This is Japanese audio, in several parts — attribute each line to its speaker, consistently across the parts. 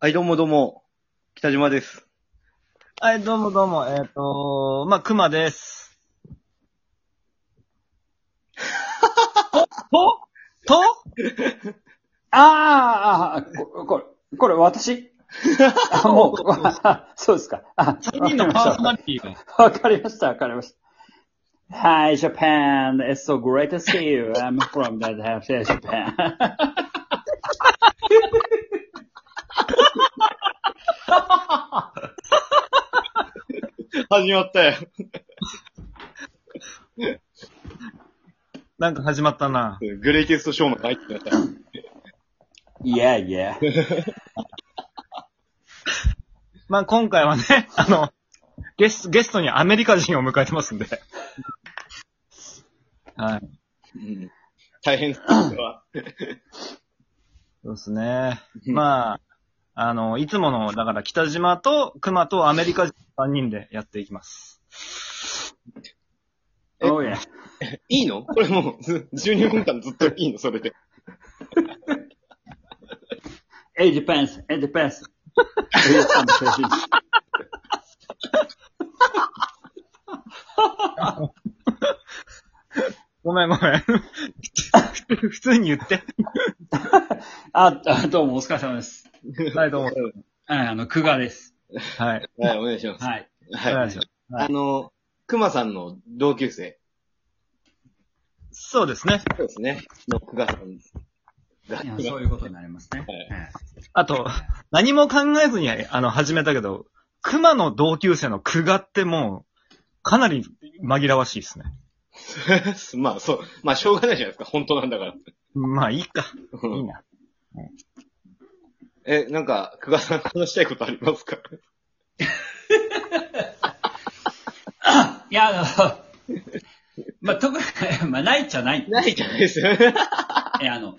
Speaker 1: はい、どうもどうも。北島です。
Speaker 2: はい、どうもどうも、えっ、とまあ、熊です。 と、と、と
Speaker 3: あーあー、ここれ、こ れ私あ、もう、あそうですか。あ、
Speaker 2: 三人のパーソナ
Speaker 3: リ
Speaker 2: リティが。
Speaker 3: わかりました、わかりました。Hi, Japan. It's so great to see you. I'm from that half of Japan.
Speaker 1: 始まったよ。
Speaker 2: なんか始まったな。
Speaker 1: グレイテストショーマン入ってました。
Speaker 3: yeah, yeah.
Speaker 2: まあ、今回はね、あの、ゲスト、ゲストにアメリカ人を迎えてますんで。はい。
Speaker 1: うん大変そうですわ
Speaker 2: そうですね。まあ、あの、いつもの、だから北島と熊とアメリカ人3人でやっていきます。
Speaker 3: Oh, yeah.
Speaker 1: いいのこれもう、ず12分間ずっといいのそれで。
Speaker 3: It depends. It depends. Real conversation.
Speaker 2: ごめんごめん。 普通に言って。
Speaker 3: あ、あどうもお疲れ様です。
Speaker 2: はい、どうも。
Speaker 3: はいあの、久我です。
Speaker 2: はい。
Speaker 1: はい、お願いします。
Speaker 3: はい。
Speaker 1: はい。
Speaker 2: お願いしますはい
Speaker 1: あの、熊さんの同級生。
Speaker 2: そうですね。
Speaker 1: そうですね。の久我さんが。
Speaker 3: いやそういうことになりますね。
Speaker 2: あと、何も考えずに、あの、始めたけど、熊の同級生の久我ってもう、かなり紛らわしいですね。
Speaker 1: まあ、そう。まあ、しょうがないじゃないですか。本当なんだから。
Speaker 2: まあ、いいか。
Speaker 1: う
Speaker 2: いい
Speaker 1: ん
Speaker 2: な。
Speaker 1: え、なんか、久我さん話したいことありますか
Speaker 3: いや、あの、 まあ、特に、まあ、ないっちゃない。
Speaker 1: ないじゃないですよね。
Speaker 3: え、あの、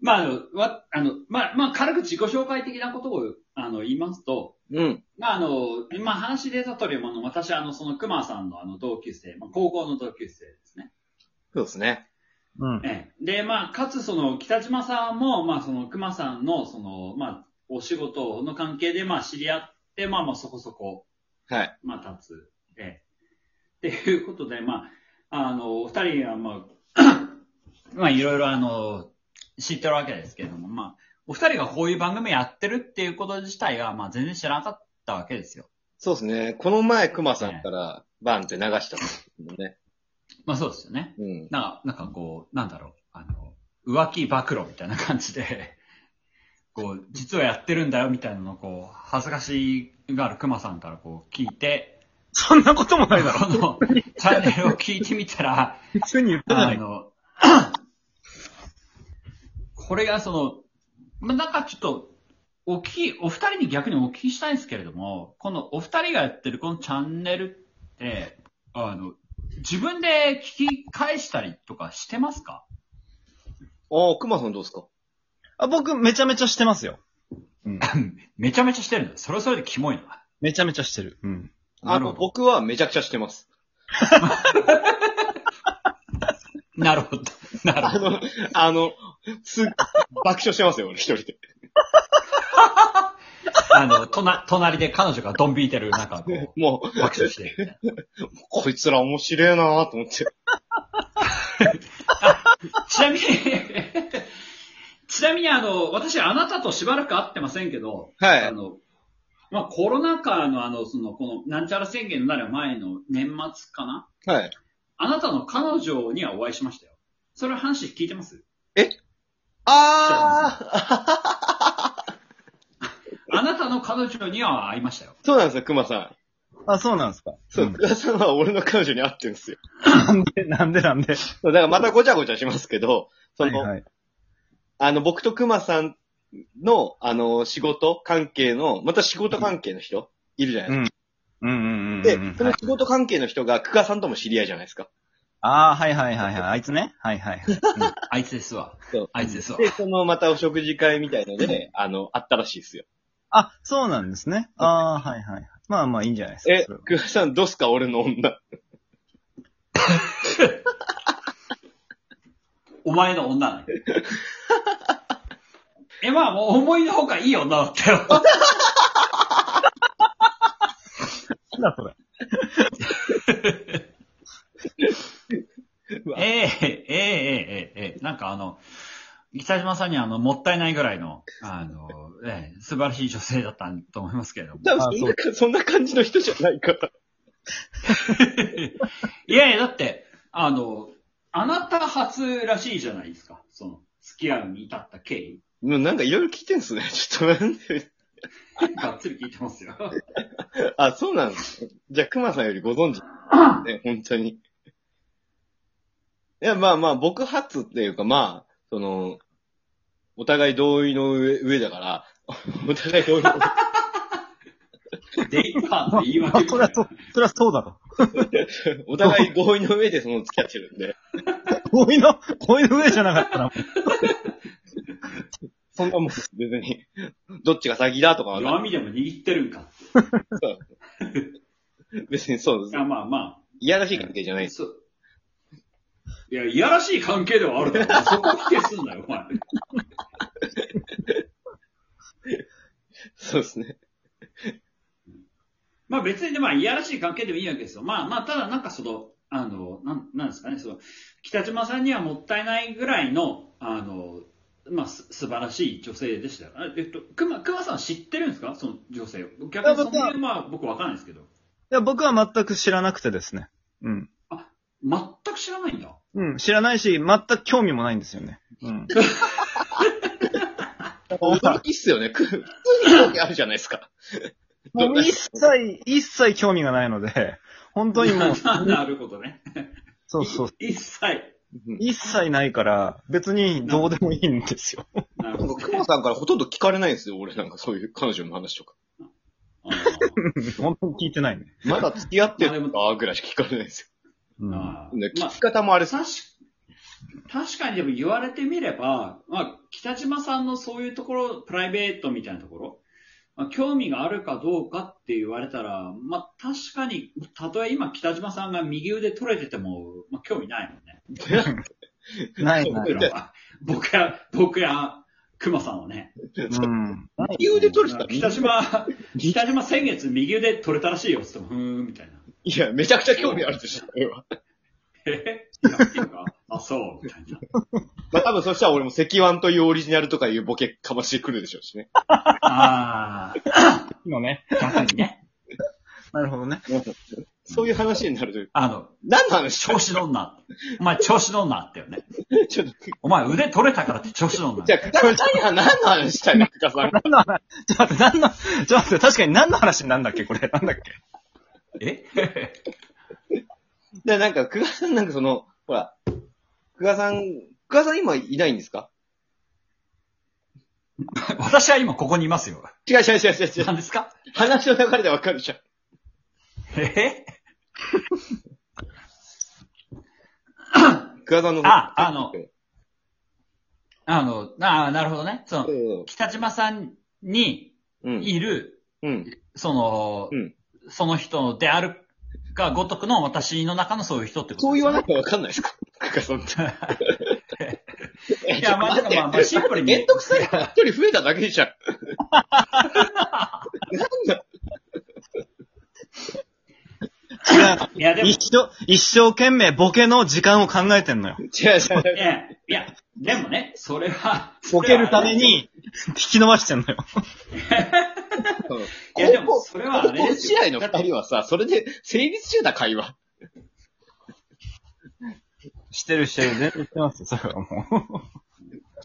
Speaker 3: まあ、あの、わ、あの、まあ、まあ、軽く自己紹介的なことを、あの、言いますと、
Speaker 1: うん。
Speaker 3: まあ、あの、今話出た通り、あの、私は、あの、その、熊さんの、あの、同級生、まあ、高校の同級生ですね。
Speaker 1: そうですね。
Speaker 2: うん。
Speaker 3: ええ、で、まあ、かつ、その、北島さんも、まあ、その、熊さんの、その、まあ、お仕事の関係で、まあ、知り合って、まあ、まあ、そこそこ、
Speaker 1: はい。
Speaker 3: まあ、立つ。ええ。っていうことで、まあ、あの、お二人は、まあ、 まあ、いろいろ、あの、知ってるわけですけれども、まあ、お二人がこういう番組やってるっていうこと自体が、まあ、全然知らなかったわけですよ。
Speaker 1: そうですね。この前、熊さんからバンって流したんですけどね。
Speaker 3: まあ、そうですよね。
Speaker 1: うん。
Speaker 3: なんか、なんかこう、なんだろう、あの、浮気暴露みたいな感じで、 こう、実はやってるんだよみたいなのを、こう、恥ずかしがある熊さんからこう、聞いて、
Speaker 2: そんなこともないだろ。
Speaker 3: あの、チャンネルを聞いてみたら、
Speaker 2: 普通に言ったじゃな
Speaker 3: あ
Speaker 2: いか。
Speaker 3: の、 これがその、まあ、なんかちょっと、お聞き、お二人に逆にお聞きしたいんですけれども、このお二人がやってるこのチャンネルって、あの、自分で聞き返したりとかしてますか
Speaker 1: ああ、熊さんどうですか
Speaker 2: あ僕、めちゃめちゃしてますよ。うん。
Speaker 3: めちゃめちゃしてるんだ。それはそれでキモいな。
Speaker 2: めちゃめちゃしてる。うん。
Speaker 1: あ
Speaker 3: なる
Speaker 1: の、
Speaker 3: ほど
Speaker 1: 僕はめちゃくちゃしてます。
Speaker 3: なるほど。 なる
Speaker 1: あ
Speaker 3: ほど。
Speaker 1: の、あの、す、爆笑してますよ、俺一人で。
Speaker 3: あの、とな、隣で彼女がドン引いてる中、こう、
Speaker 1: もう、
Speaker 3: 爆笑してるみたいな。
Speaker 1: こいつら面白いなぁと思って。
Speaker 3: ちなみに、 ちなみにあの、私あなたとしばらく会ってませんけど、
Speaker 1: は
Speaker 3: あ
Speaker 1: い。
Speaker 3: の、まあ、コロナ禍のあの、その、この、なんちゃら宣言になる前の年末かな
Speaker 1: はい。
Speaker 3: あなたの彼女にはお会いしましたよ。それは話聞いてます
Speaker 1: あー
Speaker 3: あなたの彼女には会いましたよ。
Speaker 1: そうなんですよ、熊さん。
Speaker 2: あ、そうなんですか。
Speaker 1: そう、熊さんは俺の彼女に会ってるんですよ。
Speaker 2: なんで、なんで、なんで。
Speaker 1: だからまたごちゃごちゃしますけど、そ
Speaker 2: はい
Speaker 1: の、
Speaker 2: はい。
Speaker 1: あの、僕と熊さんの、あの、仕事関係の、また仕事関係の人、いるじゃないですか。
Speaker 2: うんうんうんうん。
Speaker 1: で
Speaker 2: うん、
Speaker 1: その仕事関係の人が、久我さんとも知り合いじゃないですか。
Speaker 2: ああ、はいはいはいはい。あいつね。はいはい。
Speaker 3: あいつですわ
Speaker 1: そう。
Speaker 3: あいつですわ
Speaker 1: で、。その、またお食事会みたいので、あの、あったらしいですよ。
Speaker 2: あ、そうなんですね。ああ、はいはい。まあまあいいんじゃないですか。
Speaker 1: え
Speaker 2: それは、
Speaker 1: 久我さんどうすか俺の女。
Speaker 3: お前の女なんだよえ え、まあ、もう思いのほかいい女だった よ。
Speaker 2: なんだそれ。
Speaker 3: ええええええええなんかあの、北島さんにはあの、もったいないぐらいの、あの、ええ素晴らしい女性だったと思いますけれども。
Speaker 1: 多分そんなかそんな感じの人じゃないから。
Speaker 3: いやいや、だって、あの、あなた初らしいじゃないですか。その、付き合うに至った経緯。
Speaker 1: もうなんかいろいろ聞いてんすね。ちょっとなんで。
Speaker 3: がっつり聞いてますよ。
Speaker 1: あ、そうなんですね。じゃあ、熊さんよりご存知ね、本当に。いや、まあまあ、僕初っていうか、まあ、その、お互い同意の上上だから、 お互い同意の
Speaker 3: デイパーって言い
Speaker 2: まあ
Speaker 3: 訳、
Speaker 2: そりゃそう、そりゃそうだろ。
Speaker 1: お互い合意の上でその付き合ってるんで、
Speaker 2: こういうの、こういう上じゃなかったら、
Speaker 1: そんなもん別に、どっちが先だとかは
Speaker 3: 弱
Speaker 1: な
Speaker 3: みでも握ってるんかって。
Speaker 1: 別にそう
Speaker 3: い
Speaker 1: です
Speaker 3: や、。まあま
Speaker 1: いやらしい関係じゃない
Speaker 3: あ。
Speaker 1: です。
Speaker 3: そういや、いやらしい関係ではあるだろ。そこ否定すんなよ、お前。
Speaker 1: そうですね。
Speaker 3: まあ別にね、まあ、いやらしい関係でもいいわけですよ。まあまあ、ただなんかその、あの、なん、なんですかね、その、北島さんにはもったいないぐらいの、あの、まあ、す素晴らしい女性でしたよ。あえっと、熊、熊さん知ってるんですかその女性を。逆にその理
Speaker 2: いや僕は
Speaker 3: 由は僕わかんないですけど。
Speaker 2: いや、僕は全く知らなくてですね。うん。
Speaker 3: 全く知らないんだ。
Speaker 2: うん、知らないし、全く興味もないんですよね。うん。
Speaker 1: 驚きっすよね。普通に興味あるじゃないですか。
Speaker 2: もう一切、一切興味がないので、本当に もう、
Speaker 3: なるほどね。
Speaker 2: そうそう。
Speaker 3: い一切。
Speaker 2: 一切ないから、別にどうでもいいんです よ。
Speaker 3: なるほど、ね。
Speaker 1: 熊さんからほとんど聞かれないんですよ。俺なんかそういう彼女の話とか。
Speaker 3: あー
Speaker 2: 本当に聞いてないね。
Speaker 1: まだ付き合ってるかぐらいしか聞かれないんですよ。
Speaker 2: うん。
Speaker 3: あー
Speaker 1: ね
Speaker 3: ま
Speaker 1: 聞
Speaker 3: あ
Speaker 1: き方もあれさ、
Speaker 3: 確か確かにでも言われてみれば、まあ、北島さんのそういうところ、プライベートみたいなところ、まあ、興味があるかどうかって言われたら、まあ、確かに、たとえ今北島さんが右腕取れてても、まあ、興味ないもんね。
Speaker 2: ないな
Speaker 3: 僕
Speaker 2: い。
Speaker 3: らは。僕や、僕や、熊さんはね。
Speaker 2: うん。
Speaker 1: 右腕取れてた
Speaker 3: 北島、北島先月右腕取れたらしいよ、つっても、ふーん、みた いな。
Speaker 1: いや、めちゃくちゃ興味あるでしょ、俺は。
Speaker 3: えやってるかあ、そう、みたいな。
Speaker 1: まあ多分そしたら俺も赤腕というオリジナルとかいうボケかましてくるでしょうしね。
Speaker 3: ああ、
Speaker 2: のね。
Speaker 3: 逆にね。
Speaker 2: なるほどね。
Speaker 1: そういう話になるという。
Speaker 3: あの、
Speaker 1: 何の話
Speaker 3: 調子乗んな。お前調子乗んなってよね。
Speaker 1: ちょっと、
Speaker 3: お前腕取れたからって調子乗んな
Speaker 1: じ。ゃあ、北川さんには何の話したいのかさん。
Speaker 2: 何の話、ちょっと待って、何の、ちょっと待って、確かに何の話なんだっけこれ、なんだっけ
Speaker 3: え
Speaker 1: で、なんか、久我さんなんかその、ほら、久我さん、久我さん今いないんですか
Speaker 3: 私は今ここにいますよ。
Speaker 1: 違う違う違う違う違う。
Speaker 3: 何ですか
Speaker 1: 話の流れでわかるじゃん。
Speaker 3: え
Speaker 1: 久我さんの。
Speaker 3: ああのあの、ああ、なるほどね。その、北島さんに
Speaker 1: うん。
Speaker 3: いる、
Speaker 1: うん。
Speaker 3: その、
Speaker 1: うん
Speaker 3: その人であるがごとくの私の中のそういう人ってこと
Speaker 1: そう
Speaker 3: です
Speaker 1: 言
Speaker 3: よ
Speaker 1: わな
Speaker 3: ね。
Speaker 1: きゃわかんないですか久我さんって。
Speaker 3: いや、まあ、なんかまあ、まあ、シンプルに。
Speaker 1: めんどくさいから一人増えただけじゃん。
Speaker 3: いや、でも、い
Speaker 2: 一生、一生懸命ボケの時間を考えてんのよ。
Speaker 1: 違う違う違う。
Speaker 3: や、いや、でもね、それは、
Speaker 2: ボケるために、引き伸ばしてんのよ。
Speaker 3: いやでもそれはあれ
Speaker 1: 高校
Speaker 3: です
Speaker 1: 試
Speaker 3: よ
Speaker 1: 合の二人はさ、それで成立してた会話。
Speaker 2: してるしてる、全然してますよ、それはも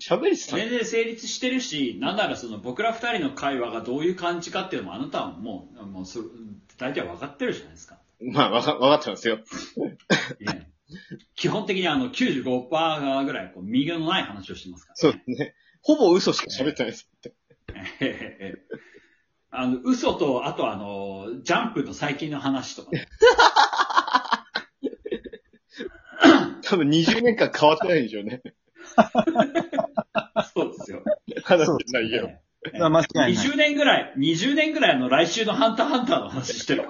Speaker 1: 喋りした。
Speaker 3: 全然成立してるし、なんならその僕ら二人の会話がどういう感じかっていうのもあなたはもう、もうそれ大体分かってるじゃない ですか。
Speaker 1: まあ、わか、わかってますよ。
Speaker 3: ね基本的にあの95%ぐらいこう右のない話をしてますか
Speaker 1: そうですね。ほぼ嘘しか喋ってないです。
Speaker 3: ら、ね。あの、嘘と、あとあの、ジャンプの最近の話とか ね。
Speaker 1: 多分20年間変わってないでしょうね。
Speaker 3: そうですよ。
Speaker 1: 話してないよ。
Speaker 3: ね
Speaker 2: う。それは間違いない。
Speaker 3: 20年ぐらい、20年ぐらいあの来週のハンターハンターの話してる。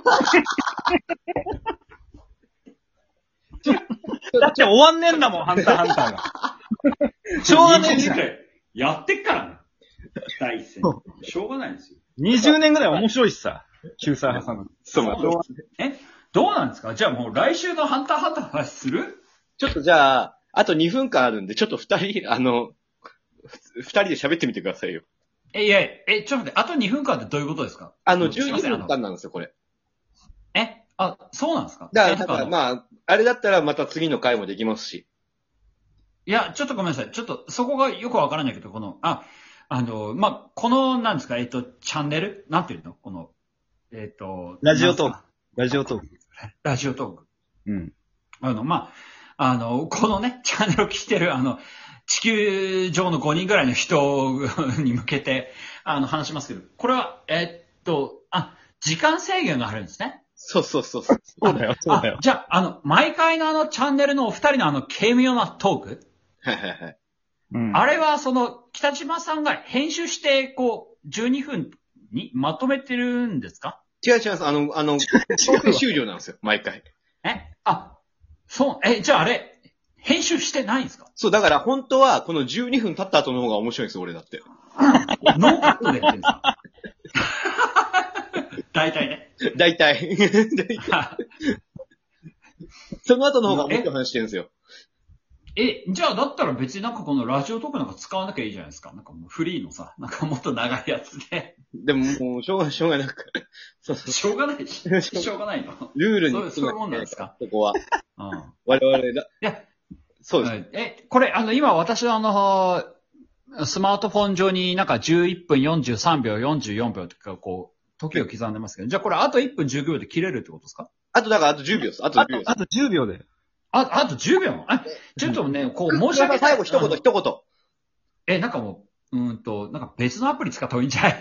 Speaker 2: だって終わんねえんだもん、ハンターハンターが。しょうがねえ
Speaker 3: 20
Speaker 2: じ
Speaker 3: 年
Speaker 2: ゃん
Speaker 3: ぐ。らいやってっからね。第一線。しょうがないですよ。
Speaker 2: 20年ぐらい面白いしさ、救済挟む。
Speaker 1: そうまあ
Speaker 2: そう
Speaker 3: どうなんですかじゃあもう来週のハンターハンターの話する
Speaker 1: ちょっとじゃあ、あと2分間あるんで、ちょっと2人、あの、ふ二人で喋ってみてくださいよ。
Speaker 3: え、いや、え、ちょっと待って、あと2分間ってどういうことですか
Speaker 1: あの、
Speaker 3: すいま
Speaker 1: 12
Speaker 3: せんあの
Speaker 1: 分間なんですよ、これ。
Speaker 3: えあ、そうなんですか
Speaker 1: だ
Speaker 3: え
Speaker 1: か
Speaker 3: なんかあ
Speaker 1: ら、
Speaker 3: の
Speaker 1: まあ、あれだったらまた次の回もできますし。
Speaker 3: いや、ちょっとごめんなさい。ちょっとそこがよくわからないけど、この、あ、あの、まあ、この、なんですか、えっと、チャンネルなんていうのこの、えっと、
Speaker 2: ラジオトーク
Speaker 3: なんです
Speaker 2: ラジオトーク。
Speaker 3: か。ラジオトーク。
Speaker 2: うん。
Speaker 3: あの、まあ、あの、このね、 チャンネルを聞いてる、あの、地球上の5人ぐらいの人に向けて、あの、話しますけど、これは、えっと、あ、時間制限があるんですね。
Speaker 1: そうそうそうそう。
Speaker 2: そうだよ、そうだよ
Speaker 3: あ。じゃあ、あの、毎回のあの、チャンネルのお二人のあの、軽妙なトーク。
Speaker 1: はいはいはい。
Speaker 2: うん
Speaker 3: あれは、その、北島さんが編集して、こう、12分にまとめてるんですか
Speaker 1: 違う違う、あの、あの、強制終了なんですよ、毎回。
Speaker 3: えあ、そう、え、じゃああれ、編集してないんですか
Speaker 1: そう、だから本当は、この12分経った後の方が面白いんですよ、俺だって。
Speaker 3: ノーカットでやってるんですか 大体ね。
Speaker 1: 大体。その後の方が面白い話してるんですよ。
Speaker 3: え、じゃあだったら別になんかこのラジオトークなんか使わなきゃいいじゃないですか。なんかもうフリーのさ、なんかもっと長いやつ で。
Speaker 1: でももう、しょうがない、しょうがなく。そうそう。
Speaker 3: しょうがない し、しょうがないの。
Speaker 1: ルールに
Speaker 3: そうそういうもんなんですか
Speaker 1: そこは。
Speaker 3: うん。
Speaker 1: 我々だ。
Speaker 3: いや、
Speaker 1: そうです。
Speaker 3: はいえ、これ、あの、今私はあの、スマートフォン上になんか11分43秒、44秒とかこう、時を刻んでますけど、じゃあこれあと1分19秒で切れるってことですか
Speaker 1: あと、だからあと10秒です。あと
Speaker 2: あ
Speaker 1: 10
Speaker 2: と
Speaker 1: 秒で、す。
Speaker 2: あと10秒で。
Speaker 3: あ、あと10秒もあ、ちょっとね、こう、申し訳
Speaker 1: だから
Speaker 3: ない。
Speaker 1: 最後一
Speaker 3: あ
Speaker 1: 言、
Speaker 3: の
Speaker 1: 一言。
Speaker 3: え、なんかもう、うーんと、なんか別のアプリ使った方がいいんじゃない